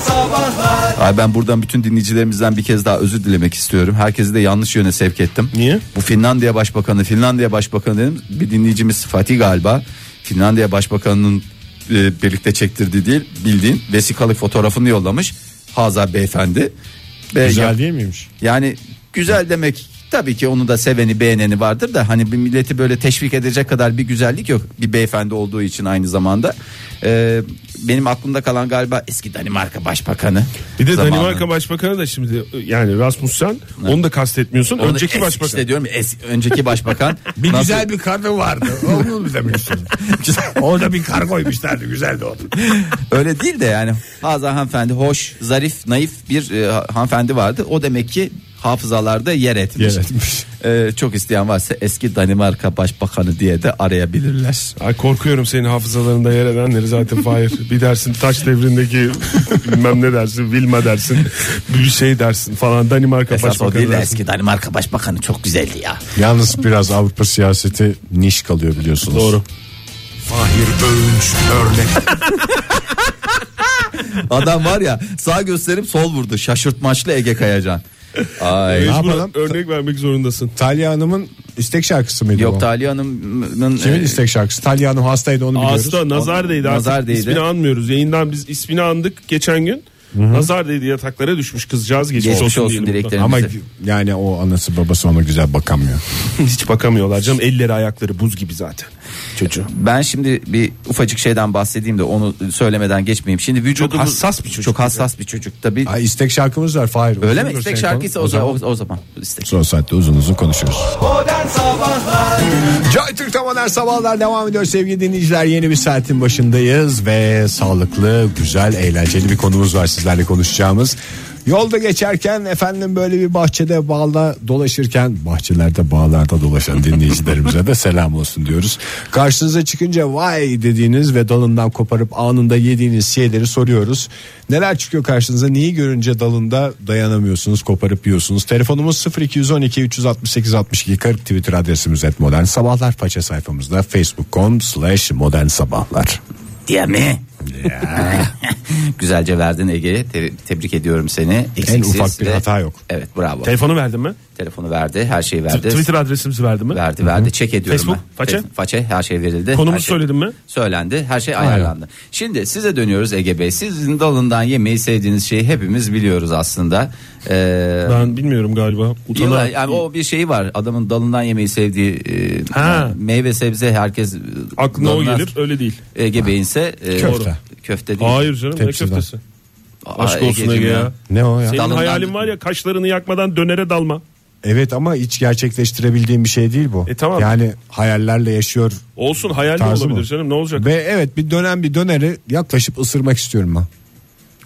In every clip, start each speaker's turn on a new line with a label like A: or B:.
A: sabahlar
B: Ay ben buradan bütün dinleyicilerimizden bir kez daha özür dilemek istiyorum. Herkesi de yanlış yöne sevk ettim.
C: Niye?
B: Bu Finlandiya Başbakanı, Finlandiya Başbakanı dedim. Bir dinleyicimiz Fatih galiba. Finlandiya Başbakanı'nın e, birlikte çektirdiği değil bildiğin vesikalık fotoğrafını yollamış. Hazar beyefendi. Ve
C: Güzel
B: yap-
C: değil miymiş?
B: yani güzel demek tabii ki onu da seveni beğeneni vardır da hani bir milleti böyle teşvik edecek kadar bir güzellik yok bir beyefendi olduğu için aynı zamanda. Ee, benim aklımda kalan galiba eski Danimarka Başbakanı.
C: Bir de
B: zamanı.
C: Danimarka Başbakanı da şimdi yani Rasmussen onu da kastetmiyorsun.
B: Onu da
C: Önceki
B: es-
C: başbakan.
B: işte diyorum ya, es- önceki başbakan
D: Bir
B: nasıl-
D: güzel bir kargo vardı. Onu mu demiyorsun? Orada bir kar koymuşlardı. Güzeldi o.
B: öyle değil de yani Hazan hanımefendi hoş, zarif, naif bir e, ha- hanımefendi vardı. O demek ki hafızalarda yer etmiş.
C: Yer etmiş.
B: Ee, çok isteyen varsa eski Danimarka Başbakanı diye de arayabilirler.
C: Ay korkuyorum senin hafızalarında yer edenleri zaten Fahir. Bir dersin taş devrindeki bilmem ne dersin, Vilma dersin, bir şey dersin falan Danimarka
B: Esas o
C: Başbakanı
B: değil de
C: dersin.
B: eski Danimarka Başbakanı çok güzeldi ya.
E: Yalnız biraz Avrupa siyaseti niş kalıyor biliyorsunuz.
C: Doğru.
D: Fahir Öğünç örnek.
B: Adam var ya sağ gösterip sol vurdu. Şaşırtmaçlı Ege Kayacan. Ay.
C: Mecbur
E: yapalım?
C: örnek vermek zorundasın.
E: Talya Hanım'ın istek şarkısı mıydı
B: Yok
E: bu?
B: Talya Hanım'ın
E: Kimin
B: e,
E: istek şarkısı? Talya Hanım hastaydı onu biliyoruz.
C: Asla nazar değdi. artık.
B: Nazar değdi.
C: İsmini anmıyoruz. Yayından biz ismini andık geçen gün. Nazar değdi yataklara düşmüş kızcağız geçmiş,
B: geçmiş
C: olsun,
B: olsun
C: diyelim buradan.
B: dileklerimizi.
E: Ama yani o anası babası ona güzel bakamıyor.
C: Hiç bakamıyorlar canım elleri ayakları buz gibi zaten çocuğu.
B: Ben şimdi bir ufacık şeyden bahsedeyim de onu söylemeden geçmeyeyim. Şimdi vücudumuz
C: hassas bir çocuk.
B: Çok hassas bir çocuk tabii.
E: Ha, istek şarkımız var Fahir.
B: Öyle
E: Uzun
B: mi?
E: bir
B: İstek
E: şey
B: şarkıysa
E: konu-
B: o zaman, o, o zaman istek.
E: Son saatte uzun uzun konuşuyoruz.
A: Modern Sabahlar
E: Joy Türk'te modern sabahlar devam ediyor sevgili dinleyiciler. Yeni bir saatin başındayız ve sağlıklı, güzel, eğlenceli bir konumuz var sizlerle konuşacağımız. Yolda geçerken efendim böyle bir bahçede bağla dolaşırken bahçelerde bağlarda dolaşan dinleyicilerimize de selam olsun diyoruz. Karşınıza çıkınca vay dediğiniz ve dalından koparıp anında yediğiniz şeyleri soruyoruz. Neler çıkıyor karşınıza neyi görünce dalında dayanamıyorsunuz koparıp yiyorsunuz. Telefonumuz 0212 368 62 40 Twitter adresimiz et modern sabahlar faça sayfamızda facebook.com slash modern sabahlar.
B: Diye mi? Güzelce verdin Ege'ye. Te- tebrik ediyorum seni. Eksiksiz
E: ufak bir
B: ve-
E: hata yok.
B: Evet bravo.
C: Telefonu verdin mi?
B: Telefonu verdi, her şeyi
C: T-
B: verdi.
C: Twitter adresimizi verdin mi?
B: Verdi verdi çek ediyorum
C: Facebook,
B: ben.
C: façe?
B: Fe- Façe her şey verildi.
C: Konumuzu
B: Her şey-
C: söyledin mi?
B: Söylendi her şey ayarlandı. Şimdi size dönüyoruz Ege Bey. Sizin dalından yemeği sevdiğiniz şeyi hepimiz biliyoruz aslında. Ee,
C: Ben bilmiyorum galiba.
B: yıllar-
C: Utana.
B: yani o bir şeyi var adamın dalından yemeği sevdiği e,
C: Ha.
B: meyve sebze herkes e,
C: Aklına o
B: dalından-
C: gelir öyle değil.
B: Ege Bey'inse e,
E: Köfte.
B: köfte değil.
C: Hayır canım
E: Tepsiden.
C: ne köftesi.
B: Aa,
C: Aşk olsun
B: Egeciğim
C: Ege ya.
E: Ne o ya?
C: Senin
B: Dalından-
C: hayalin var ya kaşlarını yakmadan dönere dalma.
E: Evet ama hiç gerçekleştirebildiğim bir şey değil bu.
C: E, tamam.
E: Yani hayallerle yaşıyor.
C: Olsun hayal de
E: Tarzı
C: olabilir
E: mı?
C: canım ne olacak?
E: Ve evet bir dönem bir döneri yaklaşıp ısırmak istiyorum ben.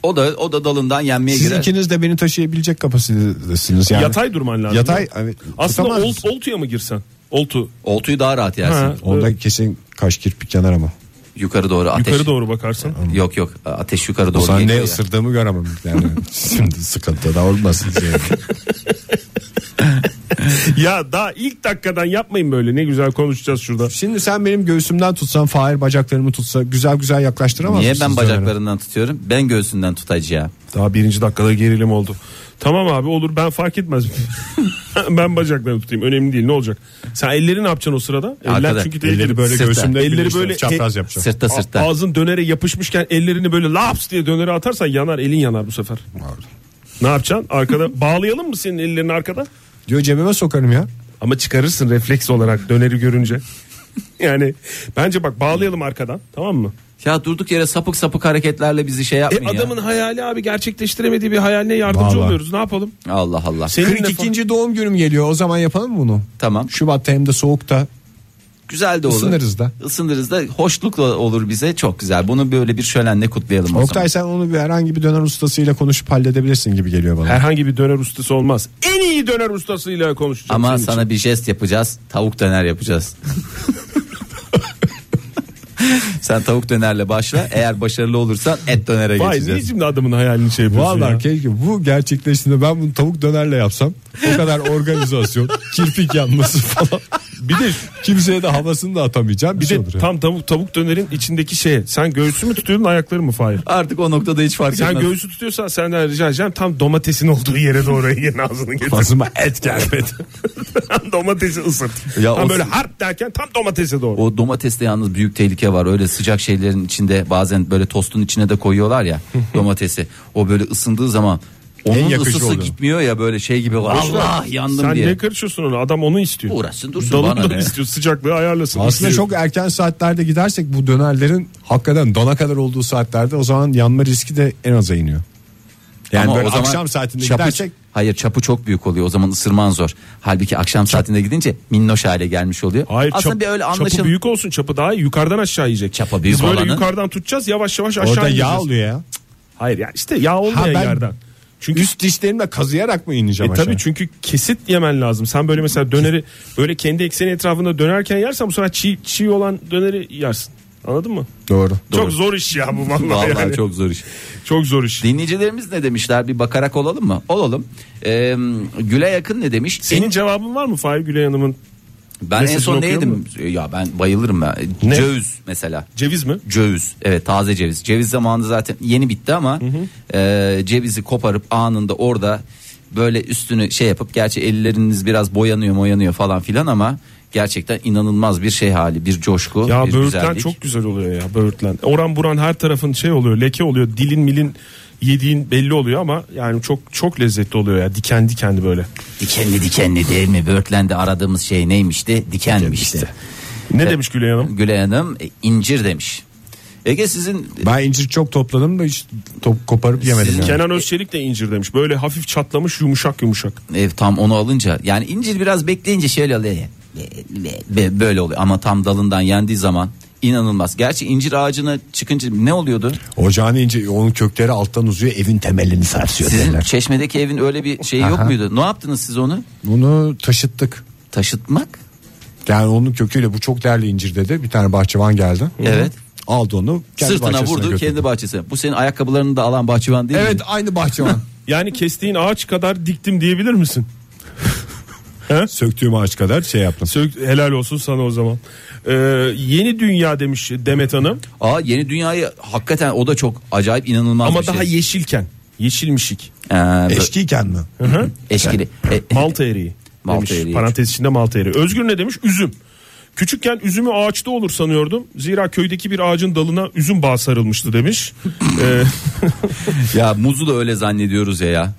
B: O da o da dalından yenmeye
E: Siz
B: girer.
E: ikiniz de beni taşıyabilecek kapasitedesiniz yani.
C: Yatay durman lazım.
E: Yatay, evet.
C: Aslında
E: Tutamaz
C: olt,
E: mısın?
C: oltuya mı girsen? Oltu.
B: Oltuyu daha rahat yersin.
C: Ha,
E: Onda kesin kaş kirpik yanar ama.
B: Yukarı doğru ateş.
C: Yukarı doğru bakarsın.
B: Yok yok ateş yukarı doğru.
E: Sen ne
B: geliyor ya.
E: ısırdığımı göremem yani. Şimdi sıkıntı da olmasın diye.
C: ya daha ilk dakikadan yapmayın böyle ne güzel konuşacağız şurada.
E: Şimdi sen benim göğsümden tutsan Fahir bacaklarımı tutsa güzel güzel yaklaştıramaz
B: Niye ben
E: mısınız döneri?
B: bacaklarından tutuyorum? Ben göğsünden tutacağım.
C: Daha birinci dakikada gerilim oldu. Tamam abi olur ben fark etmez. ben bacaklarını tutayım önemli değil ne olacak. Sen elleri ne yapacaksın o sırada? Eller
B: Arkada.
C: çünkü
E: Elleri
C: tehlikeli.
E: böyle
B: Sırtla.
E: göğsümde
C: Elleri
E: elleri
C: böyle-
E: böyle çapraz yapacağım.
B: Sırtta
C: A-
B: sırtta.
C: Ağzın dönere yapışmışken ellerini böyle laps diye dönere atarsan yanar elin yanar bu sefer. Ne yapacaksın? Arkada bağlayalım mı senin ellerini arkada?
E: Diyor cebime sokarım ya.
C: Ama çıkarırsın refleks olarak döneri görünce. yani bence bak bağlayalım arkadan tamam mı?
B: Ya durduk yere sapık sapık hareketlerle bizi şey
C: E
B: yapmayın
C: adamın
B: ya.
C: hayali abi gerçekleştiremediği bir hayaline yardımcı
E: Vallahi.
C: oluyoruz. Ne yapalım?
B: Allah Allah.
C: Senin
E: 42. doğum günüm geliyor o zaman yapalım mı bunu?
B: Tamam.
E: Şubat'ta hem de soğukta.
B: Güzel de olur.
E: Isınırız da.
B: Isınırız da hoşlukla olur bize çok güzel. Bunu böyle bir şölenle kutlayalım o zaman.
E: Oktay sen onu bir herhangi bir döner ustasıyla konuşup halledebilirsin gibi geliyor bana.
C: herhangi bir döner ustası olmaz. En iyi döner ustasıyla konuşacağım.
B: Ama
C: senin için.
B: sana bir jest yapacağız. Tavuk döner yapacağız. Sen tavuk dönerle başla. Eğer başarılı olursan et dönere
C: Vay niye
B: geçeceğiz.
C: şimdi adamın hayalini şey yapıyorsun
E: Vallahi
C: ya?
E: keşke bu gerçekleştiğinde ben bunu tavuk dönerle yapsam o kadar organizasyon, kirpik yanması falan.
C: Bir de
E: Kimseye de havasını da atamayacağım bir,
C: bir
E: şey
C: de
E: olur. ya.
C: tam tavuk tavuk dönerin içindeki şeye. Sen göğsü mü tutuyordun ayakları mı Fahir?
B: Artık o noktada hiç fark
C: Sen
B: etmez.
C: göğsü tutuyorsan senden rica edeceğim tam domatesin olduğu yere doğru yiyin ağzını getir.
E: Ağzıma et gelmedi.
C: tam domatesi ısırt.
B: Ya
C: tam
B: o-
C: böyle harp derken tam domatese doğru.
B: O domateste yalnız büyük tehlike var. Öyle sıcak şeylerin içinde bazen böyle tostun içine de koyuyorlar ya domatesi. O böyle ısındığı zaman onun
E: yakıcı
B: ısısı
E: oluyor.
B: gitmiyor ya böyle şey gibi. Allah yandım
C: Sen
B: diye.
C: ne karışıyorsun ona? Adam onu istiyor.
B: Uğraşsın dursun
C: Dalını
B: bana
C: da
B: ne?
C: istiyor. Sıcaklığı ayarlasın.
E: Aslında
C: istiyor.
E: çok erken saatlerde gidersek bu dönerlerin hakikaten dana kadar olduğu saatlerde o zaman yanma riski de en aza iniyor. Yani
B: Ama
E: böyle
B: o zaman
E: akşam saatinde
B: çapı-
E: gidersek
B: Hayır çapı çok büyük oluyor. O zaman ısırman zor. Halbuki akşam saatinde gidince minnoş hale gelmiş oluyor.
C: Hayır,
B: Aslında
C: çap-
B: bir öyle anlaşıl.
C: Çapı büyük olsun çapı daha iyi yukarıdan aşağı yiyecek.
B: Çapa büyük
C: Biz böyle
B: olanı-
C: yukarıdan tutacağız yavaş yavaş aşağı
E: orada
C: indireceğiz.
E: yağ oluyor ya.
C: Hayır yani işte yağ
E: Ha,
C: olmayan
E: ben-
C: yerden. Çünkü
E: Üst dişlerimle kazıyarak mı
C: E
E: ineceğim aşağı?
C: tabii çünkü kesit yemen lazım. Sen böyle mesela döneri böyle kendi ekseni etrafında dönerken yersen bu sefer çiğ, çiğ olan döneri yersin. Anladın mı?
E: Doğru.
C: Çok zor iş ya bu vallahi,
B: Vallahi
C: yani. Çok...
B: çok zor iş.
C: zor iş.
B: Dinleyicilerimiz ne demişler? Bir bakarak olalım mı? Olalım. Ee, Güle yakın ne demiş?
C: Senin cevabın var mı Fahir Gülay Hanım'ın
B: Ben en
C: Mesajını
B: son ne
C: okuyor
B: yedim? E, Ya ben bayılırım ben. Cöğüz mesela.
C: ceviz mi?
B: Cöğüz. Evet taze ceviz. Ceviz zamanı zaten yeni bitti ama e, cevizi koparıp anında orada böyle üstünü şey yapıp gerçi elleriniz biraz boyanıyor boyanıyor falan filan ama gerçekten inanılmaz bir şey hali bir coşku
C: Ya
B: bir
C: böğürtlen
B: güzellik.
C: çok güzel oluyor ya böğürtlen. Oran buran her tarafın şey oluyor leke oluyor dilin milin yediğin belli oluyor ama yani çok çok lezzetli oluyor ya diken dikenli böyle.
B: Dikenli dikenli değil mi? Böğürtlendi aradığımız şey neymişti? Dikenmişti.
C: Ne demiş Gülay Hanım?
B: Gülay Hanım e, incir demiş. Ege sizin
E: Ben incir çok topladım da hiç top, koparıp yemedim. yani.
C: Kenan Özçelik de incir demiş. Böyle hafif çatlamış yumuşak yumuşak.
B: Ev tam onu alınca yani incir biraz bekleyince şöyle oluyor ya. Be- böyle oluyor ama tam dalından yendiği zaman inanılmaz. Gerçi incir ağacına çıkınca ne oluyordu?
E: Ocağın ince onun kökleri alttan uzuyor evin temelini sarsıyor
B: Sizin
E: derler.
B: çeşmedeki evin öyle bir şeyi yok
E: Aha.
B: muydu? Ne yaptınız siz onu?
E: Bunu taşıttık.
B: Taşıtmak?
E: Yani onun köküyle bu çok değerli incir dedi. Bir tane bahçıvan geldi.
B: Evet.
E: Aldı onu kendi
B: Sırtına
E: bahçesine
B: vurdu
E: götürdü.
B: kendi bahçesine. Bu senin ayakkabılarını da alan bahçıvan değil
E: Evet
B: mi?
E: aynı bahçıvan.
C: Yani kestiğin ağaç kadar diktim diyebilir misin?
E: Söktüğüm ağaç kadar şey yaptım.
C: Sök- helal olsun sana o zaman. Ee, yeni dünya demiş Demet Hanım
B: Aa yeni dünyayı hakikaten o da çok acayip inanılmaz
C: ama
B: bir
C: daha
B: şey.
C: yeşilken. Yeşilmişik.
B: Ee, bö-
E: Eşkiyken mi?
B: eşkili. E-
C: Malta eriği.
B: Malta
C: demiş.
B: eriği.
C: Parantez içinde malta eriği. Özgür ne demiş? Üzüm. Küçükken üzümü ağaçta olur sanıyordum. Zira köydeki bir ağacın dalına üzüm bağı sarılmıştı demiş. Ee,
B: ya muzu da öyle zannediyoruz ya ya.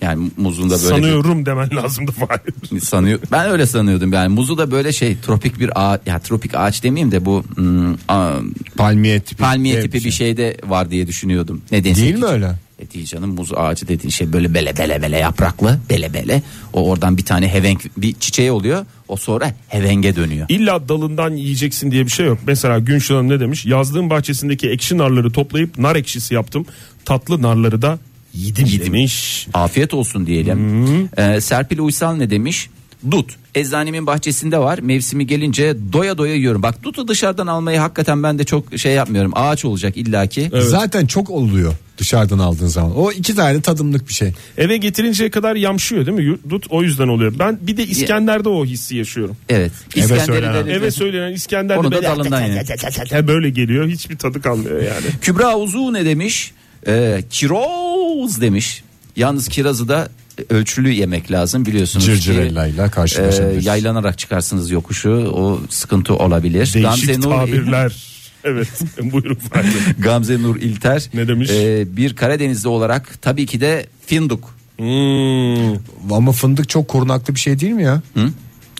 B: Yani muzun da böyle bir-
C: sanıyorum demen lazımdı Fahir.
B: sanıyor. Ben öyle sanıyordum yani muzu da böyle şey tropik bir ağaç ya tropik ağaç demeyeyim de bu hmm, a-
E: Palmiye tipi.
B: palmiye
E: Evet,
B: tipi bir şey. şeyde var diye düşünüyordum. Nedense
E: Şey, Değil
B: ki-
E: mi öyle?
B: E değil canım muz ağacı dediğin şey böyle bele bele bele yapraklı bele bele o oradan bir tane hevenk bir çiçeği oluyor o sonra hevenge dönüyor.
C: İlla dalından yiyeceksin diye bir şey yok. Mesela Günşil Hanım ne demiş? Yazdığım bahçesindeki ekşi narları toplayıp nar ekşisi yaptım. Tatlı narları da yedim, demiş.
B: Afiyet olsun diyelim. Ee, Serpil Uysal ne demiş? Dut. Eczanemin bahçesinde var. Mevsimi gelince doya doya yiyorum. Bak dutu dışarıdan almayı hakikaten ben de çok şey yapmıyorum. Ağaç olacak illaki.
E: Zaten çok oluyor dışarıdan aldığın zaman. O iki tane tadımlık bir şey.
C: Eve getirinceye kadar yamşıyor değil mi? Dut o yüzden oluyor. Ben bir de İskender'de o hissi yaşıyorum.
B: Evet.
E: söylenen.
B: İskender'i de-
C: Eve söylenen İskender'de
B: Onu da
C: böyle,
B: dalından
C: böyle geliyor. Hiçbir tadı kalmıyor yani.
B: Kübra Uzu ne demiş? Ee, kiroz demiş. Yalnız kirazı da ölçülü yemek lazım biliyorsunuz. ki,
E: Cırcırellayla karşılaşabiliriz.
B: e, yaylanarak çıkarsınız yokuşu o sıkıntı olabilir.
C: Değişik
B: Nur-
C: tabirler. evet buyurun Fahri.
B: Gamze Nur İlter
C: Ne demiş?
B: e, bir Karadenizli olarak tabii ki de fındık
C: Hmm.
E: Ama fındık çok korunaklı bir şey değil mi ya? Hı?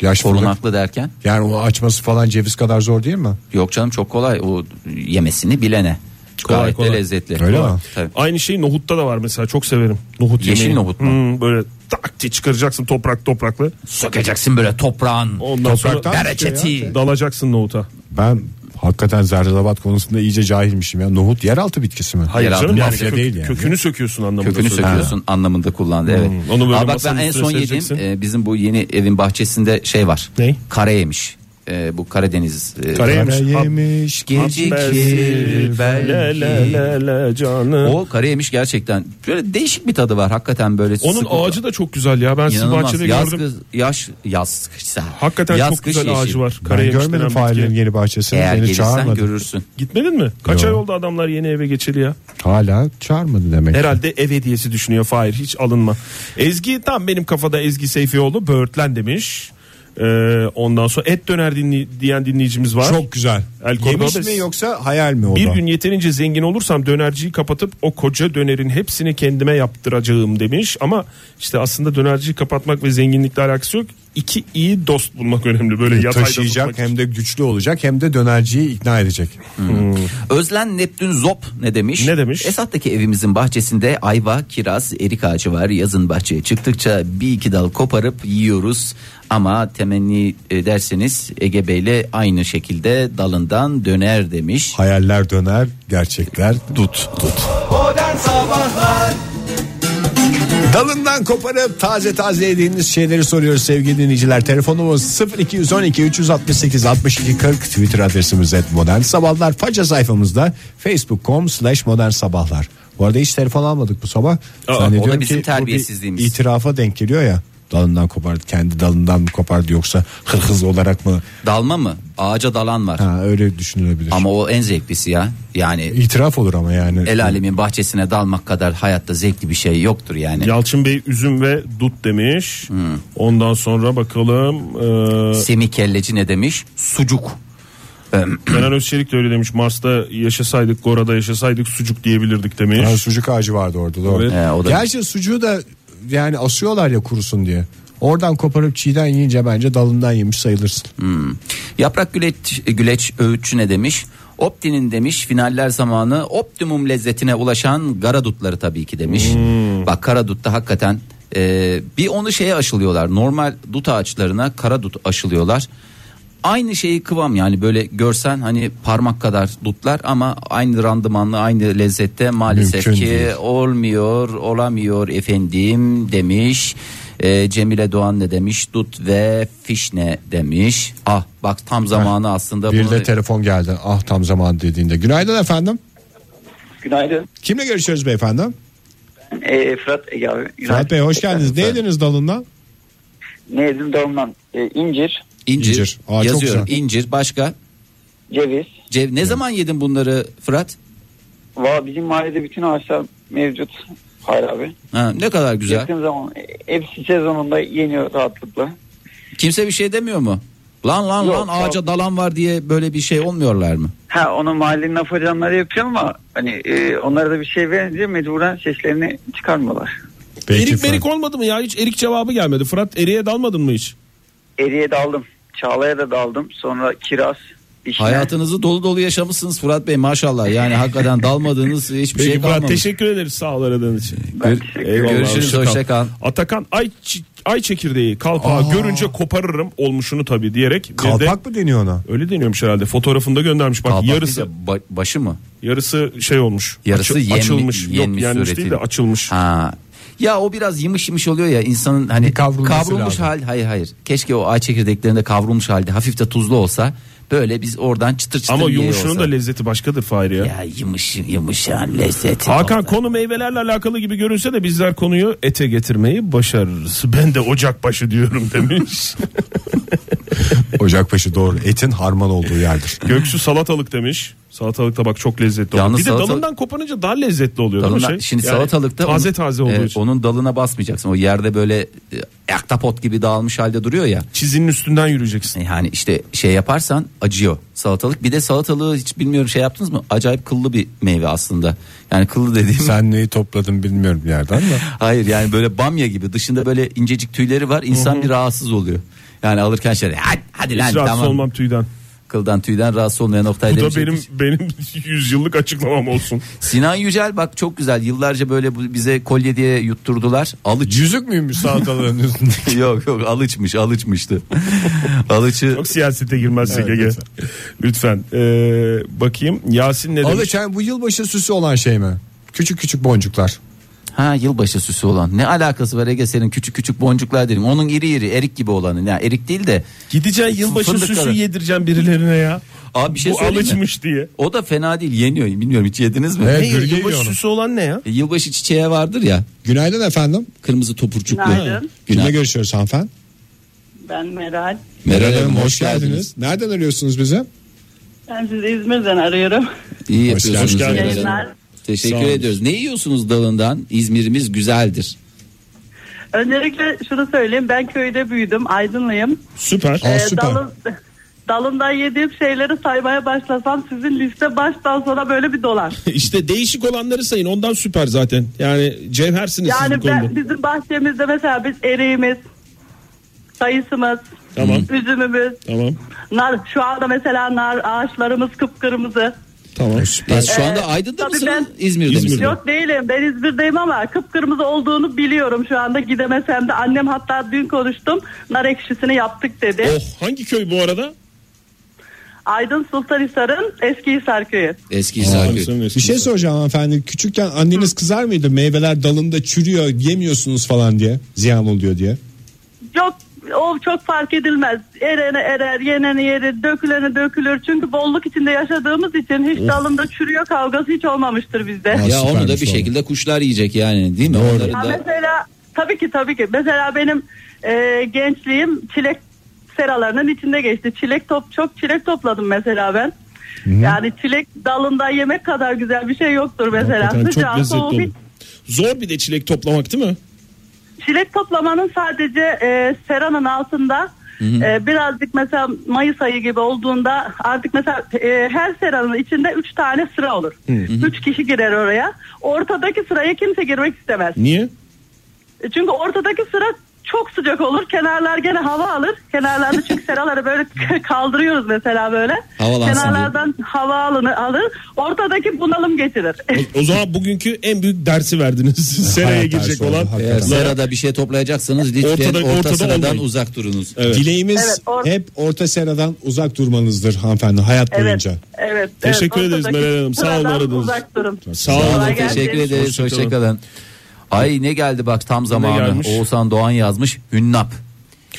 E: Yaş fındık.
B: korunaklı derken
E: Yani o açması falan ceviz kadar zor değil mi?
B: yok canım çok kolay o yemesini bilene.
C: Kolay,
B: Gayet
C: kolay.
B: de lezzetli.
E: Öyle mi?
B: Tabii.
C: Aynı şey nohutta da var mesela çok severim. Nohut
B: Yeşil
C: yemeği.
B: nohut mu?
C: Hmm, böyle tak diye çıkaracaksın toprak topraklı.
B: Sökeceksin böyle toprağın
C: Ondan
E: Topraktan
C: sonra
B: bereketi.
C: dalacaksın nohuta.
E: Ben hakikaten zerzevat konusunda iyice cahilmişim ya. Nohut yeraltı bitkisi mi?
C: Hayır
B: Yeraltı
C: canım yani
E: mafya
C: kök-
E: değil yani.
C: kökünü söküyorsun anlamında.
B: Kökünü
C: söylüyorum.
B: söküyorsun anlamında kullandı evet.
C: Hmm, onu böyle
B: Aa, bak ben
C: masanın
B: en
C: üstüne
B: son yediğim
C: sereceksin.
B: e, bizim bu yeni evin bahçesinde şey var.
C: Ne?
B: Kara yemiş. e, bu Karadeniz e,
C: Karayem- Yemiş, hap-
E: yemiş.
B: gecikir
C: Bensiz,
B: belki.
C: le le le le canım.
B: O karayemiş gerçekten böyle değişik bir tadı var hakikaten böyle
C: Onun
B: sıkı-
C: ağacı da çok güzel ya. Ben sizin
B: İnanılmaz.
C: bahçede
B: Yaz,
C: gördüm.
B: kız, yaş, yaz, kışsa.
C: Hakikaten
B: yaz,
C: çok
B: kış,
C: güzel
B: yeşil.
C: ağacı var.
E: Ben
C: Karayem
E: görmedim
C: denen
E: Fahir'in
C: bitki.
E: yeni bahçesini.
B: Eğer
E: Beni
B: gelirsen
E: çağırmadı.
B: görürsün.
C: Gitmedin mi? Kaç
E: Yo.
C: ay oldu adamlar yeni eve geçeli ya.
E: Hala çağırmadı demek.
C: Herhalde ev hediyesi düşünüyor Fahir hiç alınma. Ezgi tam benim kafada Ezgi Seyfioğlu böğürtlen demiş. Ee, ondan sonra et döner dinli- diyen dinleyicimiz var.
E: Çok güzel.
C: El
E: yemiş
C: Cordobes.
E: mi yoksa hayal mi o
C: Bir
E: da?
C: gün yeterince zengin olursam dönerciyi kapatıp o koca dönerin hepsini kendime yaptıracağım demiş. Ama işte aslında dönerciyi kapatmak ve zenginlikle alakası yok. İki iyi dost bulmak önemli. Böyle yatayda
E: taşıyacak
C: tutmak için.
E: hem de güçlü olacak hem de dönerciyi ikna edecek.
B: Özlen Neptün Zop ne demiş?
C: Ne demiş?
B: Esat'taki evimizin bahçesinde ayva, kiraz, erik ağacı var. Yazın bahçeye çıktıkça bir iki dal koparıp yiyoruz. Ama temenni ederseniz Ege Bey'le aynı şekilde dalından döner demiş.
E: Hayaller döner, gerçekler dut.
A: Modern Sabahlar
E: Dalından koparıp taze taze yediğiniz şeyleri soruyoruz sevgili dinleyiciler. Telefonumuz 0212 368 62 40 Twitter adresimiz et modern sabahlar. Faça sayfamızda facebook.com slash modern sabahlar. Bu arada hiç telefon almadık bu sabah. Zannediyorum
B: o da bizim
E: ki bu bir
B: terbiyesizliğimiz.
E: itirafa denk geliyor ya. Dalından kopardı kendi dalından mı kopardı yoksa hırhız olarak mı?
B: Dalma mı? Ağaca dalan var.
E: Ha, öyle düşünülebilir.
B: Ama o en zevklisi ya. Yani
E: İtiraf olur ama yani.
B: el alemin bahçesine dalmak kadar hayatta zevkli bir şey yoktur yani.
C: Yalçın Bey üzüm ve dut demiş. Ondan sonra bakalım. ee,
B: Semih Kelleci ne demiş? Sucuk.
C: Kenan Özçelik de öyle demiş. Mars'ta yaşasaydık, Gora'da yaşasaydık sucuk diyebilirdik demiş.
E: Yani sucuk ağacı vardı orada doğru.
C: Evet.
B: He, o da-
E: Gerçi sucuğu da yani asıyorlar ya kurusun diye. Oradan koparıp çiğden yiyince bence dalından yemiş sayılırsın.
B: Hmm. Yaprak Güleç, Güleç Öğütçü ne demiş? Opti'nin demiş finaller zamanı optimum lezzetine ulaşan garadutları tabii ki demiş.
E: Hmm.
B: Bak karadutta hakikaten e, bir onu şeye aşılıyorlar. Normal dut ağaçlarına karadut aşılıyorlar. Aynı şeyi kıvam yani böyle görsen hani parmak kadar dutlar ama aynı randımanlı aynı lezzette maalesef
E: Mümkün
B: ki
E: değil.
B: E, olmuyor olamıyor efendim demiş. Ee, Cemile Doğan ne demiş? Dut ve fişne demiş. Ah bak tam zamanı aslında
E: Bir
B: bunu-
E: de telefon geldi. Ah tam zaman dediğinde. Günaydın efendim.
F: Günaydın.
E: Kimle görüşüyoruz beyefendi?
F: Ee, Fırat Ege abi. Günaydın.
E: Fırat Bey hoş geldiniz. Ne yediniz dalından?
F: Ne yedim dolman? Ee, incir,
B: incir,
E: İncir. Aa, çok
B: yazıyorum.
E: güzel.
B: İncir başka?
F: ceviz.
B: Cev ne zaman yedin bunları Fırat?
F: Valla bizim mahallede bütün ağaçlar mevcut. Hayır abi.
B: Ha, ne kadar güzel.
F: Yakın zaman e, hepsi sezonunda yeniyor rahatlıkla.
B: Kimse bir şey demiyor mu? Lan lan
F: Yok,
B: lan ağaca
F: yok.
B: dalan var diye böyle bir şey olmuyorlar mı?
F: Ha onu mahallenin laf hocanları yapıyor ama hani e, onlara da bir şey verince mecburen seslerini çıkarmıyorlar.
C: erik
E: Fırat.
C: merik olmadı mı ya? Hiç erik cevabı gelmedi. Fırat eriğe dalmadın mı hiç?
F: Eriye daldım. Çağla'ya da daldım. Sonra kiraz. Işine.
B: Hayatınızı dolu dolu yaşamışsınız Fırat Bey maşallah. Yani hakikaten dalmadığınız hiçbir
C: Peki
B: şey
C: Fırat
B: kalmamış.
C: teşekkür ederiz sağ ol aradığın için.
F: Ben teşekkür ederim.
C: Eyvallah,
B: Görüşürüz, hoşça kal.
C: Atakan ay, çi- ay çekirdeği kalpağı görünce koparırım olmuşunu tabii diyerek. bir de-
E: Kalpak mı deniyor ona?
C: öyle deniyormuş herhalde fotoğrafında göndermiş bak
B: Kalpak
C: yarısı
B: değil de ba- başı mı?
C: yarısı şey olmuş
B: Yarısı
C: açı-
B: yenmi-
C: açılmış yok
B: yenmiş
C: yenmiş değil
B: suretiyle.
C: de açılmış
B: Ha. Ya o biraz yımış yımış oluyor ya insanın hani
E: Bir kavrulması
B: kavrulmuş
E: lazım.
B: hal hayır hayır. Keşke o ay çekirdeklerinde kavrulmuş halde hafif de tuzlu olsa böyle biz oradan çıtır çıtır
C: ama
B: yiyor
C: yumuşunun da
B: olsa.
C: lezzeti başkadır Fahir ya.
B: ya yımış yumuşan lezzeti.
C: Hakan
B: olsa.
C: konu meyvelerle alakalı gibi görünse de bizler konuyu ete getirmeyi başarırız. Ben de ocakbaşı diyorum demiş.
E: Ocakbaşı doğru. Etin harman olduğu yerdir.
C: Göksu salatalık demiş. Salatalık da bak çok lezzetli oluyor.
B: Yalnız
C: Bir de
B: salatalık-
C: dalından koparınca daha lezzetli oluyor değil mi
B: Dalına-
C: şey?
B: şimdi
C: Yani
B: salatalıkta
C: taze
B: onun-
C: taze olduğu
B: e,
C: için.
B: onun dalına basmayacaksın. O yerde böyle e, aktapot gibi dağılmış halde duruyor ya.
C: Çizinin üstünden yürüyeceksin.
B: Yani işte şey yaparsan acıyor salatalık. Bir de salatalığı hiç bilmiyorum şey yaptınız mı? Acayip kıllı bir meyve aslında. Yani kıllı dediğim
E: Sen neyi topladın bilmiyorum bir yerden de.
B: Hayır yani böyle bamya gibi dışında böyle incecik tüyleri var. İnsan bir rahatsız oluyor. Yani alırken şöyle hadi, hadi lan
C: Hiç rahatsız
B: tamam.
C: olmam tüyden.
B: Kıldan tüyden rahatsız olmayan Oktay
C: Bu da
B: Demirci.
C: benim benim yüzyıllık açıklamam olsun.
B: Sinan Yücel bak çok güzel. Yıllarca böyle bu- bize kolye diye yutturdular. Alıç.
E: Yüzük müymüş salataların üstünde?
B: yok yok alıçmış alıçmıştı. Alıçı
C: Çok siyasete girmez SGG.
E: lütfen.
C: Lütfen. Ee, bakayım Yasin ne demiş?
E: Alıç yani bu yılbaşı süsü olan şey mi? Küçük küçük boncuklar.
B: Ha yılbaşı süsü olan. Ne alakası var Ege senin küçük küçük boncuklar dedim. Onun iri iri erik gibi olanı. Yani erik değil de.
C: Gideceksin yılbaşı
B: Fındık
C: süsü
B: kadar.
C: yedireceğim birilerine ya.
B: Abi bir şey
C: Bu
B: söyleyeyim mi?
C: alışmış diye.
B: O da fena değil. Yeniyor. Bilmiyorum hiç yediniz mi?
E: Evet.
C: Ne
E: gölge yiyor
C: yılbaşı
E: onu.
C: süsü olan ne ya?
B: E, Yılbaşı çiçeği vardır ya.
E: Günaydın efendim.
B: Kırmızı topurcuklu.
G: Günaydın.
E: Kimle
B: Günaydın.
E: görüşüyoruz hanımefendi?
G: Ben Meral.
B: Meral Hanım hoş geldiniz.
E: Nereden arıyorsunuz bizi?
G: Ben sizi İzmir'den arıyorum.
B: İyi
E: Hoş
B: yapıyorsunuz.
E: geldiniz.
B: Meral Hanım.
G: Yayınlar.
B: Teşekkür ediyoruz. Ne yiyorsunuz dalından? İzmir'imiz güzeldir.
G: Öncelikle şunu söyleyeyim. Ben köyde büyüdüm. Aydınlıyım.
C: Süper.
E: Aa,
G: Ee,
E: süper.
G: dalın- dalından yediğim şeyleri saymaya başlasam sizin liste baştan sona böyle bir dolar.
C: İşte değişik olanları sayın ondan süper zaten. Yani cevhersiniz
G: Yani ben, bizim bahçemizde mesela biz eriğimiz, sayısımız,
C: Tamam.
G: üzümümüz,
C: Tamam.
G: nar, şu anda mesela nar ağaçlarımız kıpkırmızı.
C: Tamam.
B: Ya şu anda Aydın'da
G: Ee, tabii
B: mısınız?
G: ben-
B: İzmir'de misiniz?
C: İzmir'de.
G: Yok değilim ben İzmir'deyim ama kıpkırmızı olduğunu biliyorum şu anda gidemesem de annem hatta dün konuştum nar ekşisini yaptık dedi.
C: Oh hangi köy bu arada?
G: Aydın Sultanhisar'ın Eskihisar köyü.
B: Eski Hisarköy.
E: Bir şey soracağım hanımefendi. Küçükken anneniz kızar mıydı? Meyveler dalında çürüyor, yemiyorsunuz falan diye. Ziyan oluyor diye.
G: Yok o çok fark edilmez. Erene erer, yeneni yeri, döküleni dökülür. Çünkü bolluk içinde yaşadığımız için hiç
C: Oh.
G: dalında çürüyor kavgası hiç olmamıştır bizde. Ya,
B: Ya onu da
E: Süpermiş
B: bir
E: oğlum.
B: şekilde kuşlar yiyecek yani değil mi? Onları da...
G: mesela tabii ki tabii ki. Mesela benim e, gençliğim çilek seralarının içinde geçti. Çilek top çok çilek topladım mesela ben. Yani çilek dalında yemek kadar güzel bir şey yoktur mesela.
C: Hakikaten
G: Sıcağı,
C: çok lezzetli
G: soğuğu hiç
C: olur. Zor bir de çilek toplamak değil mi?
G: Çilek toplamanın sadece e, seranın altında e, birazcık mesela Mayıs ayı gibi olduğunda artık mesela e, her seranın içinde 3 tane sıra olur. 3 kişi girer oraya. Ortadaki sıraya kimse girmek istemez.
C: Niye?
G: E, Çünkü ortadaki sıra çok sıcak olur. Kenarlar gene hava alır. Kenarlarda çünkü seraları böyle kaldırıyoruz mesela böyle.
B: Havalansın diye.
G: Kenarlardan hava alını alır. Ortadaki bunalım getirir.
C: O, o zaman bugünkü en büyük dersi verdiniz. Seraya
E: Hayat
C: girecek
E: dersi oldu,
C: olan.
E: hakikaten.
B: Eğer serada bir şey toplayacaksanız lütfen ortada,
C: Ortada- ortada
B: sıradan
C: olmayın.
B: uzak durunuz.
C: Evet.
E: Dileğimiz
G: Evet, or-
E: hep orta seradan uzak durmanızdır hanımefendi hayat
G: Evet.
E: boyunca.
G: Evet.
C: Teşekkür
G: evet,
C: ederiz
G: ortadaki
C: Meral Hanım. Sağ olun
G: sıradan
C: aradığınız
G: Uzak durun.
C: Sağ olun.
G: Kolay gelsin.
B: Teşekkür ederiz.
C: Hoşça kalın.
B: Hoşçakalın. Ay ne geldi bak tam zamanı.
C: gelmiş?
B: Oğuzhan Doğan yazmış. Hünnap.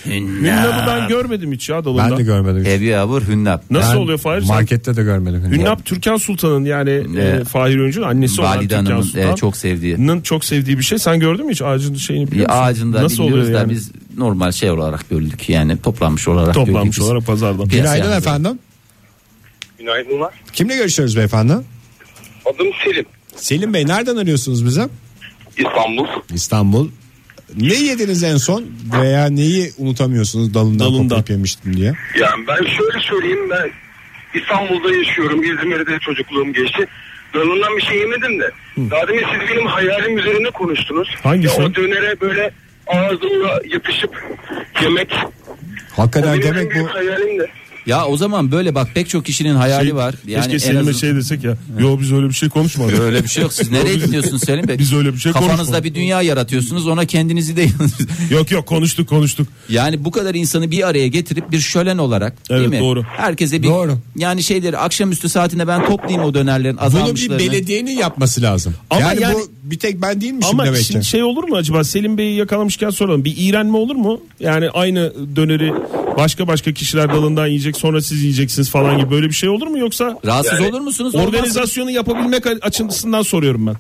C: Hünnap'ı ben görmedim hiç ya dalında.
D: Ben de görmedim.
B: Heavy Hour Hünnap.
C: Nasıl
D: Ben
C: oluyor Fahir? Sen-
D: Markette de görmedim.
C: Hünnap Türkan Sultan'ın yani
B: Evet.
C: e, Fahir Öncü'nün annesi olan
B: Valide
C: Türkan
B: Hanım'ın,
C: Sultan.
B: evet, çok sevdiği.
C: Nın çok sevdiği bir şey. Sen gördün mü hiç ağacın şeyini biliyor musun?
B: Ağacında
C: Nasıl
B: biliyoruz
C: oluyor
B: da
C: yani?
B: biz normal şey olarak gördük yani toplanmış olarak gördük
C: Toplanmış
B: biz.
C: olarak pazardan.
B: Piyasaya
E: Günaydın
B: hazır.
E: efendim.
H: Günaydınlar.
E: Kimle görüşüyoruz beyefendi?
H: Adım Selim.
E: Selim Bey nereden arıyorsunuz bize?
H: İstanbul.
E: İstanbul. Ne yediniz en son veya neyi unutamıyorsunuz dalından,
C: Dalından.
E: toplayıp yemiştim diye?
H: Yani ben şöyle söyleyeyim ben İstanbul'da yaşıyorum. İzmir'de çocukluğum geçti. Dalından bir şey yemedim de. Daha demin siz benim hayalim üzerine konuştunuz.
C: Hangisi?
H: Ya o dönere böyle ağzımla yapışıp yemek.
E: Hakikaten
H: Benim en
E: demek bu
H: büyük hayalim de.
B: Ya o zaman böyle bak pek çok kişinin hayali var. Yani
C: Şey, Keşke
B: en
C: Selim'e
B: azından-
C: şey desek ya. Yo biz öyle bir şey konuşmadık.
B: Öyle bir şey yok. Siz nereye gidiyorsunuz Selim Bey?
C: Biz öyle bir şey
B: Kafanızda
C: konuşmadık.
B: bir dünya yaratıyorsunuz ona kendinizi de
C: yok yok konuştuk konuştuk.
B: Yani bu kadar insanı bir araya getirip bir şölen olarak
C: Evet,
B: değil mi?
C: doğru.
B: Herkese bir
E: Doğru.
B: yani şeyleri akşamüstü saatinde ben toplayayım o dönerlerin
E: bunu bir
B: azalmışlarını.
E: belediyenin yapması lazım.
C: Ama
E: yani,
C: yani-
E: bu bir tek ben değilmişim
C: Ama
E: demek ki.
C: şimdi şey olur mu acaba Selim Bey'i yakalamışken soralım. Bir iğrenme olur mu? Yani aynı döneri başka başka kişiler dalından yiyecek sonra siz yiyeceksiniz falan gibi böyle bir şey olur mu? Yoksa
B: Rahatsız olur musunuz? Olmaz.
C: organizasyonu yapabilmek açısından soruyorum ben.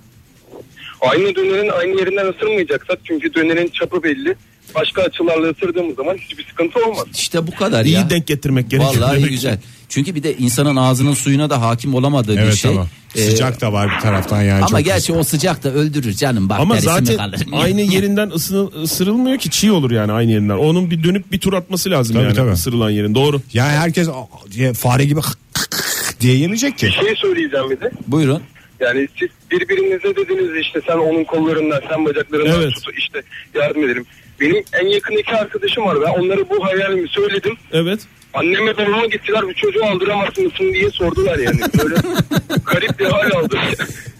H: Aynı dönerin aynı yerinden ısırmayacaksak çünkü dönerin çapı belli. Başka açılarla ısırdığımız zaman hiçbir sıkıntı olmaz.
B: İşte bu kadar
C: İyi
B: ya.
C: denk getirmek gerekiyor.
B: Vallahi
C: demek ki.
B: güzel. Çünkü bir de insanın ağzının suyuna da hakim olamadığı bir
E: Evet
B: şey.
E: ama
B: Ee,
E: sıcak da var bir taraftan yani.
B: ama
E: çok
B: gerçi o sıcak da öldürür canım bak.
C: Ama
B: derisi mi
C: zaten
B: kalır?
C: aynı yerinden ısını- ısırılmıyor ki çiğ olur yani aynı yerinden. Onun bir dönüp bir tur atması lazım
E: Tabii,
C: yani
E: tabii.
C: ısırılan yerin. Doğru.
E: Yani herkes "Aa!" diye fare gibi diye yemeyecek ki.
H: Bir şey söyleyeceğim bir de.
B: Buyurun.
H: Yani siz birbirinize dediniz işte sen onun kollarından sen bacaklarından
C: Evet.
H: tut işte yardım edelim. Benim en yakın iki arkadaşım var ben onlara bu hayalimi söyledim.
C: Evet.
H: Anneme babama gittiler bu çocuğu aldıramazsın mısın diye sordular yani. Böyle garip bir hal aldı.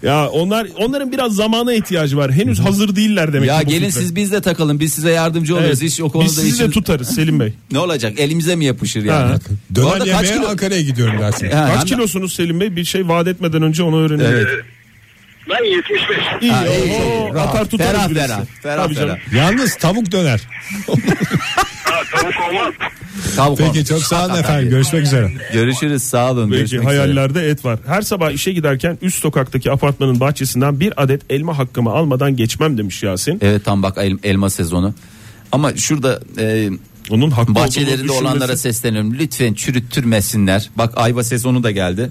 C: Ya onlar onların biraz zamana ihtiyacı var. Henüz hazır değiller demek
B: Ya
C: ki bu
B: gelin
C: fikre.
B: siz biz de takalım. Biz size yardımcı
C: Evet.
B: oluruz. Hiç o konuda
C: Biz sizi de
B: işin-
C: tutarız Selim Bey.
B: ne olacak? Elimize mi yapışır yani?
C: Ha.
B: Bu
E: Döner
B: arada kaç
E: yemeye
B: kilo-
E: Ankara'ya gidiyorum dersin.
B: Ha,
C: Kaç
B: hem-
C: kilosunuz Selim Bey? Bir şey vaat etmeden önce onu öğrenelim.
B: Evet.
H: Ben 75.
C: İyi.
B: Ha, iyi, çok
C: Oo,
B: iyi. Rahat.
C: atar tutar
B: Ferah,
C: birisi.
B: ferah, ferah,
C: Tabii canım.
B: ferah.
E: Yalnız tavuk döner.
H: Ha, tavuk olmaz.
B: Tavuk
E: Peki
B: olmuş.
E: çok sağ olun efendim. Görüşmek üzere.
B: Görüşürüz sağ olun.
C: Peki
B: Görüşmek üzere.
C: hayallerde et var. Her sabah işe giderken üst sokaktaki apartmanın bahçesinden bir adet elma hakkımı almadan geçmem demiş Yasin.
B: Evet tam bak el- elma sezonu. Ama şurada e,
C: Onun hakkı
B: bahçelerinde
C: olduğunu
B: olanlara
C: düşünmesi-
B: sesleniyorum. Lütfen çürüttürmesinler. Bak ayva sezonu da geldi.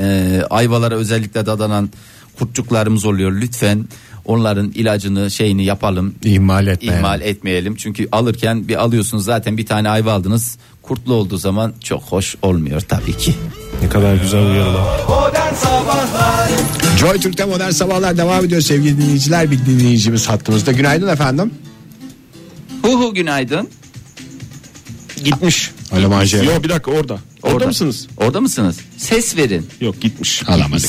B: Ee, ayvalara özellikle dadanan kurtçuklarımız oluyor. Lütfen onların ilacını şeyini yapalım.
E: İhmal etmeyelim.
B: İhmal etmeyelim. Çünkü alırken bir alıyorsunuz zaten bir tane ayva aldınız. Kurtlu olduğu zaman çok hoş olmuyor tabii ki.
C: Ne kadar güzel uyarılar.
A: Modern Sabahlar
E: Joy Türk'te modern sabahlar devam ediyor sevgili dinleyiciler. Bir dinleyicimiz hattımızda. Günaydın efendim.
B: Hu hu günaydın.
C: Gitmiş.
E: Alo Ayşe.
C: Yok bir dakika orada. Orada,
B: Orada.
C: mısınız?
B: Orada mısınız? Ses verin.
C: Yok gitmiş.
E: Alamadık.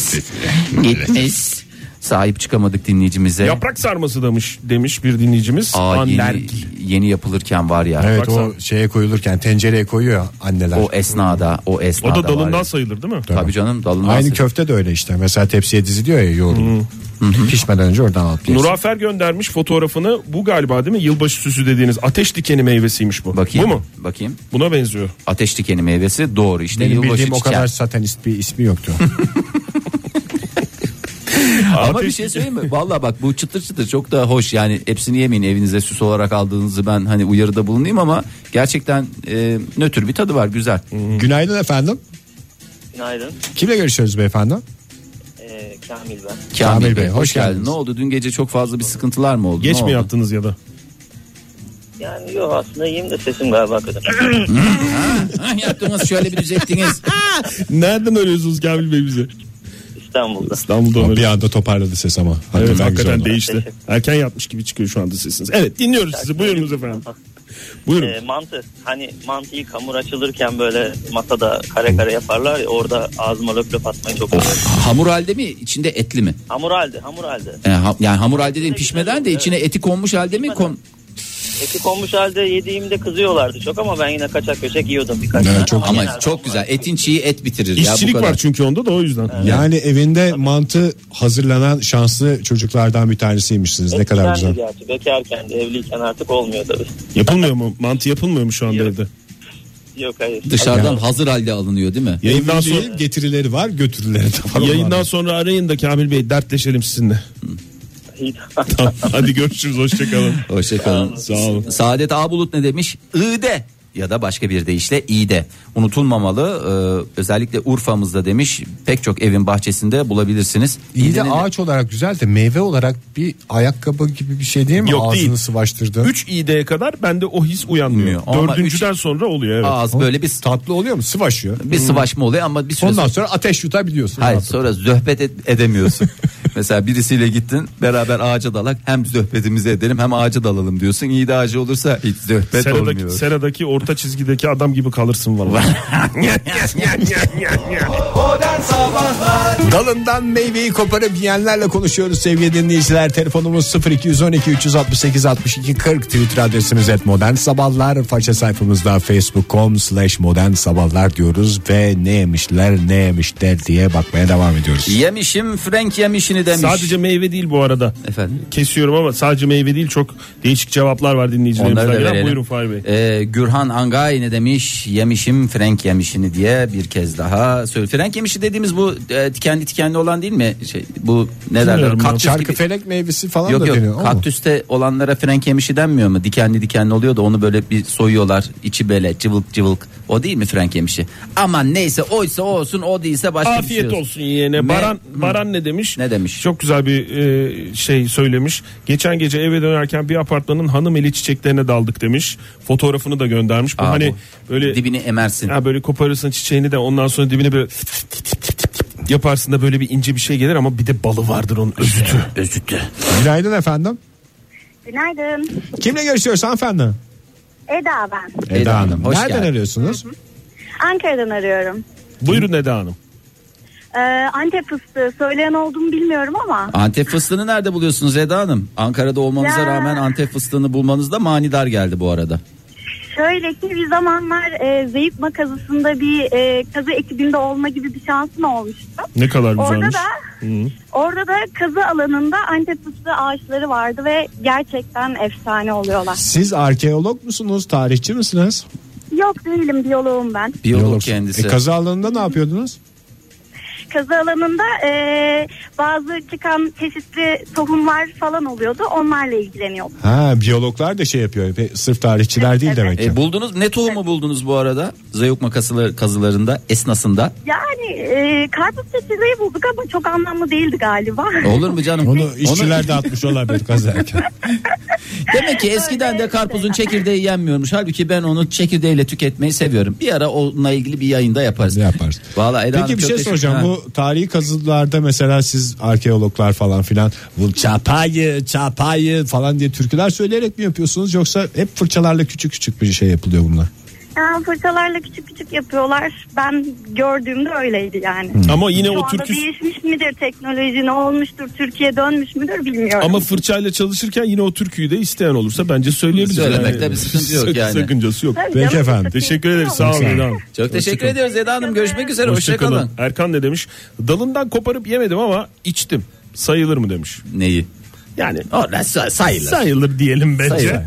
B: Gitmiş. Sahip çıkamadık dinleyicimize.
C: Yaprak sarması demiş demiş bir dinleyicimiz.
B: Aa, yeni,
C: Alergi.
B: yeni yapılırken var ya.
E: Evet
C: Baksana.
E: o şeye koyulurken tencereye koyuyor ya anneler.
B: O esnada, o esnada.
C: O da
B: var
C: dalından
B: ya.
C: sayılır değil mi?
B: Tabii canım dalından.
E: Aynı
B: sayılır.
E: köfte de öyle işte. Mesela tepsiye diziliyor ya yoğurulup. Pişmeden önce oradan atlıyor.
C: Nurafer göndermiş fotoğrafını. Bu galiba değil mi? Yılbaşı süsü dediğiniz ateş dikeni meyvesiymiş bu.
B: Bakayım.
C: Bu mu?
B: Bakayım.
C: Buna benziyor.
B: Ateş dikeni meyvesi doğru işte
E: Benim
B: yılbaşı
E: bildiğim o
B: çiçeği.
E: kadar satanist bir ismi yoktu.
B: Ama
C: Ateş
B: bir şey söyleyeyim mi? Valla bak bu çıtır çıtır çok da hoş yani hepsini yemeyin evinize süs olarak aldığınızı ben hani uyarıda bulunayım ama gerçekten e, nötr bir tadı var güzel.
E: Günaydın efendim.
I: Günaydın.
E: Kimle görüşüyoruz beyefendi?
I: Ee, Kamil ben.
B: Kamil,
E: Kamil
B: Bey,
E: Bey, hoş
B: hoş geldin.
E: geldiniz.
B: Ne oldu dün gece çok fazla bir sıkıntılar mı oldu?
C: Geç
B: Ne
C: mi
B: oldu?
C: yattınız ya da?
I: Yani yok aslında iyiyim de sesim galiba kötü.
B: Ha, yattınız şöyle bir düzelttiniz.
C: Nereden arıyorsunuz Kamil Bey bizi?
I: İstanbul'da.
C: İstanbul'da arıyoruz.
E: Bir anda toparladı ses ama.
C: Evet,
E: Hakikaten güzel
C: hakikaten
E: oldu.
C: değişti. Erken yatmış gibi çıkıyor şu anda sesiniz. Evet dinliyoruz sizi. Buyurunuz efendim. Buyurun.
I: Ee, mantı. Hani mantıyı hamur açılırken böyle masada kare kare yaparlar ya orada ağzıma löp löp atmayı çok seviyorum.
B: Hamur halde mi içinde etli mi?
I: Hamur halde hamur halde.
B: E, ha- yani hamur halde değil pişmeden de içine eti konmuş halde mi? Kon...
I: Eti konmuş halde yediğimde kızıyorlardı çok ama ben yine kaçak göçek yiyordum birkaç
E: Evet,
I: tane.
E: çok-
I: Ama
B: Ama
I: genelde
B: çok güzel etin çiği et bitirir. ya, bu
C: İşçilik
B: kadar.
C: var çünkü onda da o yüzden.
E: Yani evinde mantı hazırlanan şanslı çocuklardan bir tanesiymişsiniz. Ne
I: Eskiden
E: kadar
I: de
E: güzel.
I: Gerçi bekarken de evliyken artık olmuyor tabii.
C: Yapılmıyor mu? Mantı yapılmıyor mu şu anda
I: Yok.
C: evde?
I: Yok hayır.
B: Dışarıdan hazır halde alınıyor değil mi?
C: Yayından
E: Evliliğin
C: sonra-
E: getirileri var götürüleri de var.
C: Yayından sonra arayın da Kamil Bey dertleşelim sizinle.
I: İyi.
C: Tamam, Hadi görüşürüz hoşçakalın.
B: Hoşçakalın.
C: Sağ olun.
B: Saadet Ağbulut ne demiş? İde ya da başka bir deyişle iyide. Unutulmamalı ee, özellikle Urfa'mızda demiş pek çok evin bahçesinde bulabilirsiniz.
E: İyi de
B: İğdenin-
E: ağaç olarak güzel de meyve olarak bir ayakkabı gibi bir şey değil mi?
C: Yok,
E: Ağzını
C: değil.
E: sıvaştırdı.
C: 3 ideye kadar bende o his uyanmıyor.
B: Uyanmıyor. Ama
C: Dördüncüden
B: üç-
C: sonra oluyor evet.
B: ağız böyle bir
E: Tatlı oluyor mu? Sıvaşıyor.
B: bir sıvaşma oluyor ama bir süre
E: Ondan
B: sonra,
E: sonra ateş yutabiliyorsun.
B: hayır,
E: rahatlıkla.
B: sonra zöhbet et- edemiyorsun. Mesela birisiyle gittin beraber ağaca dalak hem zöhbetimizi edelim hem ağaca dalalım diyorsun. İyi de ağacı olursa hiç zöhbet
C: Seradaki,
B: olmuyor.
C: seradaki orta çizgideki adam gibi kalırsın valla.
A: Modern Sabahlar
E: Dalından meyveyi koparıp yiyenlerle konuşuyoruz sevgili dinleyiciler. Telefonumuz 0212 368 62 40 Twitter adresimiz et modern sabahlar. Faça sayfamızda facebook.com slash modern sabahlar diyoruz. Ve ne yemişler ne yemişler diye bakmaya devam ediyoruz.
B: Yemişim Frank yemişini demiş.
C: sadece meyve değil bu arada.
B: Efendim?
C: Kesiyorum ama sadece meyve değil çok değişik cevaplar var dinleyicilerimizden.
B: Onları da
C: gelen.
B: verelim.
C: Buyurun Fahri Bey.
B: Ee, Gürhan Angay ne demiş? Yemişim Frank yemişini diye bir kez daha söyle. Frank yemişi dediğimiz bu e, dikenli dikenli olan değil mi? Şey, bu ne derler?
C: Bilmiyorum ben.
B: Kaktüs
E: Çarkı
B: gibi.
E: felek meyvesi falan
B: Yok
E: da
B: yok
E: deniyor. o mu?
B: kaktüste olanlara Frank yemişi denmiyor mu? Dikenli dikenli oluyor da onu böyle bir soyuyorlar. içi böyle cıvılk cıvılk. O değil mi Frank yemişi? Aman neyse oysa o olsun o değilse başka bir şey
C: Afiyet
B: olsun.
C: olsun yeğene.
B: Me-
C: Baran
B: Hı.
C: Baran ne demiş?
B: Ne demiş?
C: Çok güzel bir e, şey söylemiş. Geçen gece eve dönerken bir apartmanın hanım eli çiçeklerine daldık demiş. Fotoğrafını da göndermiş. Bu
B: Aa,
C: hani
B: bu.
C: böyle
B: Dibini emersin.
C: ha böyle koparırsın çiçeğini de ondan sonra dibine böyle yaparsın da böyle bir ince bir şey gelir ama bir de balı vardır onun özütü.
B: Özütü.
E: Günaydın efendim.
J: Günaydın.
E: Kimle görüşüyoruz hanımefendi?
J: Eda ben.
E: Eda,
B: Eda
E: Hanım.
B: Hanım, hoş
E: Nereden
B: geldin.
E: arıyorsunuz?
J: Ankara'dan arıyorum.
C: Buyurun Eda Hanım.
J: Ee, Antep fıstığı söyleyen olduğumu bilmiyorum ama.
B: Antep fıstığını nerede buluyorsunuz Eda Hanım? Ankara'da olmanıza
J: Ya.
B: rağmen Antep fıstığını bulmanız da manidar geldi bu arada.
G: Şöyle ki bir zamanlar e, Zeyip Makazısı'nda bir e, kazı ekibinde olma gibi bir şansım olmuştu.
C: Ne kadar
G: Orada
C: güzelmiş.
G: da
C: Hı.
G: orada da kazı alanında Antep fıstığı ağaçları vardı ve gerçekten efsane oluyorlar.
E: Siz arkeolog musunuz? Tarihçi misiniz?
G: Yok değilim biyoloğum ben.
B: Biyolog
E: Biyologsun.
B: kendisi.
E: E, kazı alanında ne yapıyordunuz?
G: Kazı alanında e, bazı çıkan çeşitli tohumlar falan oluyordu. Onlarla ilgileniyordum.
E: Ha biyologlar da şey yapıyor. Pe- Sırf tarihçiler değil demek ki.
B: E, buldunuz ne tohumu buldunuz bu arada? Zayuk makasıları kazılarında esnasında.
G: Yani e, karpuz çeşitleri bulduk ama çok anlamlı değildi galiba.
B: Olur mu canım?
E: Onu işçiler de atmış olabilir kazarken.
B: Demek ki eskiden de karpuzun çekirdeği yenmiyormuş. Halbuki ben onu çekirdeğiyle tüketmeyi seviyorum. Bir ara onunla ilgili bir yayında yaparız.
E: Yaparsın.
B: Vallahi Eda Hanım
E: Peki bir
B: çok
E: şey
B: teşekkür-
E: soracağım.
B: Ha.
E: Bu tarihi kazılarda mesela siz arkeologlar falan filan bu çapayı çapayı falan diye türküler söyleyerek mi yapıyorsunuz yoksa hep fırçalarla küçük küçük bir şey yapılıyor bunlar?
G: Yani fırçalarla küçük küçük yapıyorlar. Ben gördüğümde öyleydi yani.
C: Ama yine
G: Şu
C: o
G: anda
C: türkü
G: değişmiş midir teknoloji ne olmuştur Türkiye dönmüş müdür bilmiyorum.
C: ama fırçayla çalışırken yine o türküyü de isteyen olursa bence söyleyebilir.
B: Söylemekte bir sıkıntı yok
C: Sak-
B: yani.
C: Sakıncası yok.
G: Tabii
E: Peki
G: canım,
E: efendim.
G: sıkıntı
C: Teşekkür
G: yok.
C: ederim. Sağ olun. Eda Hanım.
B: Çok teşekkür ediyoruz Eda Hanım. Görüşmek üzere. Hoşçakalın.
C: Hoşçakalın. Erkan ne demiş? Dalından koparıp yemedim ama içtim. Sayılır mı demiş.
B: Neyi?
C: Yani
B: Orada sa- sayılır.
C: sayılır diyelim bence.
B: Sayılır.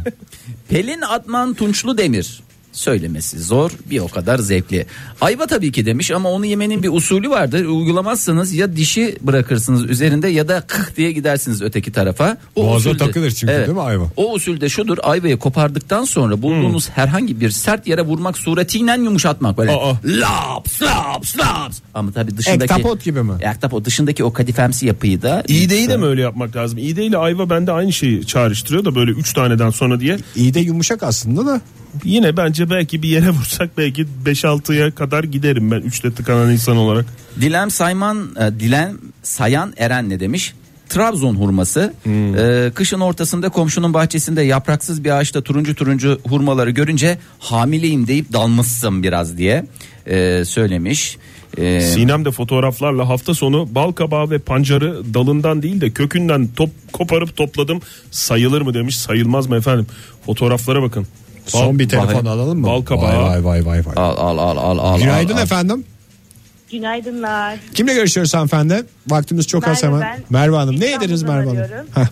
B: Pelin Atman Tunçlu Demir. Söylemesi zor bir o kadar zevkli. Ayva tabii ki demiş ama onu yemenin bir usulü vardır. Uygulamazsanız ya dişi bırakırsınız üzerinde ya da kık diye gidersiniz öteki tarafa. O
E: Boğaza
B: usulde-
E: takılır çünkü değil mi ayva? Hmm.
B: O usulde şudur ayvayı kopardıktan sonra bulduğunuz herhangi bir sert yere vurmak suretiyle yumuşatmak. Böyle
C: Aa.
B: laps laps laps. Ama tabii dışındaki.
E: Ektapot gibi mi?
B: Ektapot dışındaki o kadifemsi yapıyı da.
C: İğdeyi de mi öyle yapmak lazım? İğdeyle ayva bende aynı şeyi çağrıştırıyor da böyle 3 taneden sonra diye.
E: İyi de yumuşak aslında da.
C: Yine bence belki bir yere vursak belki 5-6'ya kadar giderim ben 3'te tıkanan insan olarak.
B: Dilem Sayman e, Dilem Sayan Eren ne demiş? Trabzon hurması
C: Hmm.
B: E, kışın ortasında komşunun bahçesinde yapraksız bir ağaçta turuncu turuncu hurmaları görünce hamileyim deyip dalmışsın biraz diye e, söylemiş. E,
C: Sinem de fotoğraflarla hafta sonu bal kabağı ve pancarı dalından değil de kökünden top, koparıp topladım. Sayılır mı demiş sayılmaz mı efendim? Fotoğraflara bakın. Bal-
E: Son bir telefon
B: vay-
E: alalım mı?
C: bal kabağı.
E: Vay vay vay vay. vay.
B: al al al al al.
E: Günaydın
B: al, al.
E: efendim.
G: Günaydınlar.
E: Kimle görüşüyoruz hanımefendi? Vaktimiz çok az
G: Merve
E: hemen.
G: ben.
E: Merve Hanım. Ne yediniz
G: İstanbul'dan
E: Merve Hanım?
G: arıyorum.
E: Heh.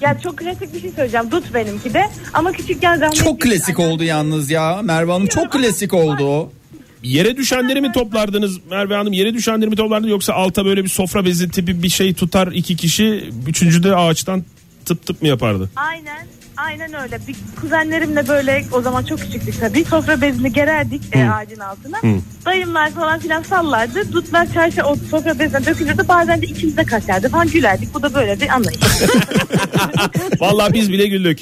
G: Ya çok klasik bir şey söyleyeceğim. Dut benimki de. Ama küçükken zahmetli. şey
B: Çok klasik oldu yalnız ya. Merve Hanım çok klasik oldu o.
C: Yere düşenleri mi toplardınız Merve Hanım? Yere düşenleri mi toplardınız yoksa alta böyle bir sofra bezi tipi bir şey tutar iki kişi. Üçüncü de ağaçtan tıp tıp mı yapardı?
G: Aynen. Aynen öyle. Bir kuzenlerimle böyle o zaman çok küçüktük tabii. Sofra bezini gererdik e, ağacın altına. Dayımlar falan filan sallardı. Dutlar çarşı o sofra bezine dökülürdü. Bazen de ikimize kaçardı falan gülerdik. Bu da böyle bir anlayış.
C: Vallahi biz bile güldük.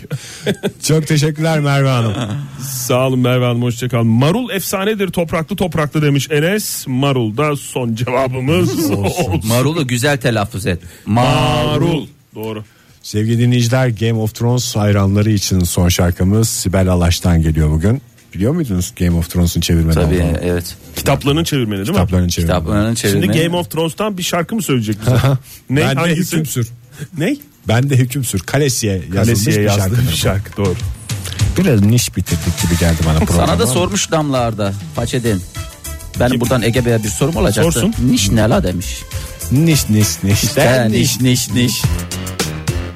E: Çok teşekkürler Merve Hanım.
C: Sağ olun Merve Hanım hoşçakalın. Marul efsanedir topraklı topraklı demiş Enes. Marul da son cevabımız olsun.
B: Marulu güzel telaffuz et.
C: Marul. Doğru.
E: Sevgili dinleyiciler Game of Thrones hayranları için son şarkımız Sibel Alaş'tan geliyor bugün. Biliyor muydunuz Game of Thrones'un çevirmeni
B: Tabii
E: olduğunu?
B: evet.
C: Kitaplarının çevirmeni değil mi?
E: Kitaplarının çevirmeni.
B: Kitaplarının
C: Şimdi
B: çevirmeni.
C: Game of Thrones'tan bir şarkı mı söyleyecek bize? ne
E: Ben de
C: hangisi?
E: hüküm sür.
C: Ne?
E: Ben de hüküm sür. Kalesiye yazılmış
C: Kalesiye
E: bir
C: yazdığı
E: şarkıdır
C: bir
E: bu.
C: şarkı doğru.
E: Biraz niş bitirdik gibi geldi bana programa.
B: Sana da sormuş damlarda Façeden. Ben
C: Kim?
B: buradan Ege Bey'e bir sorum olacaktı.
C: Sorsun.
B: Niş ne la demiş.
E: Niş niş niş.
B: Ben niş niş niş.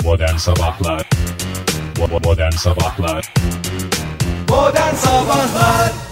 K: Modern Sabahlar Bo- Modern Sabahlar
A: Modern Sabahlar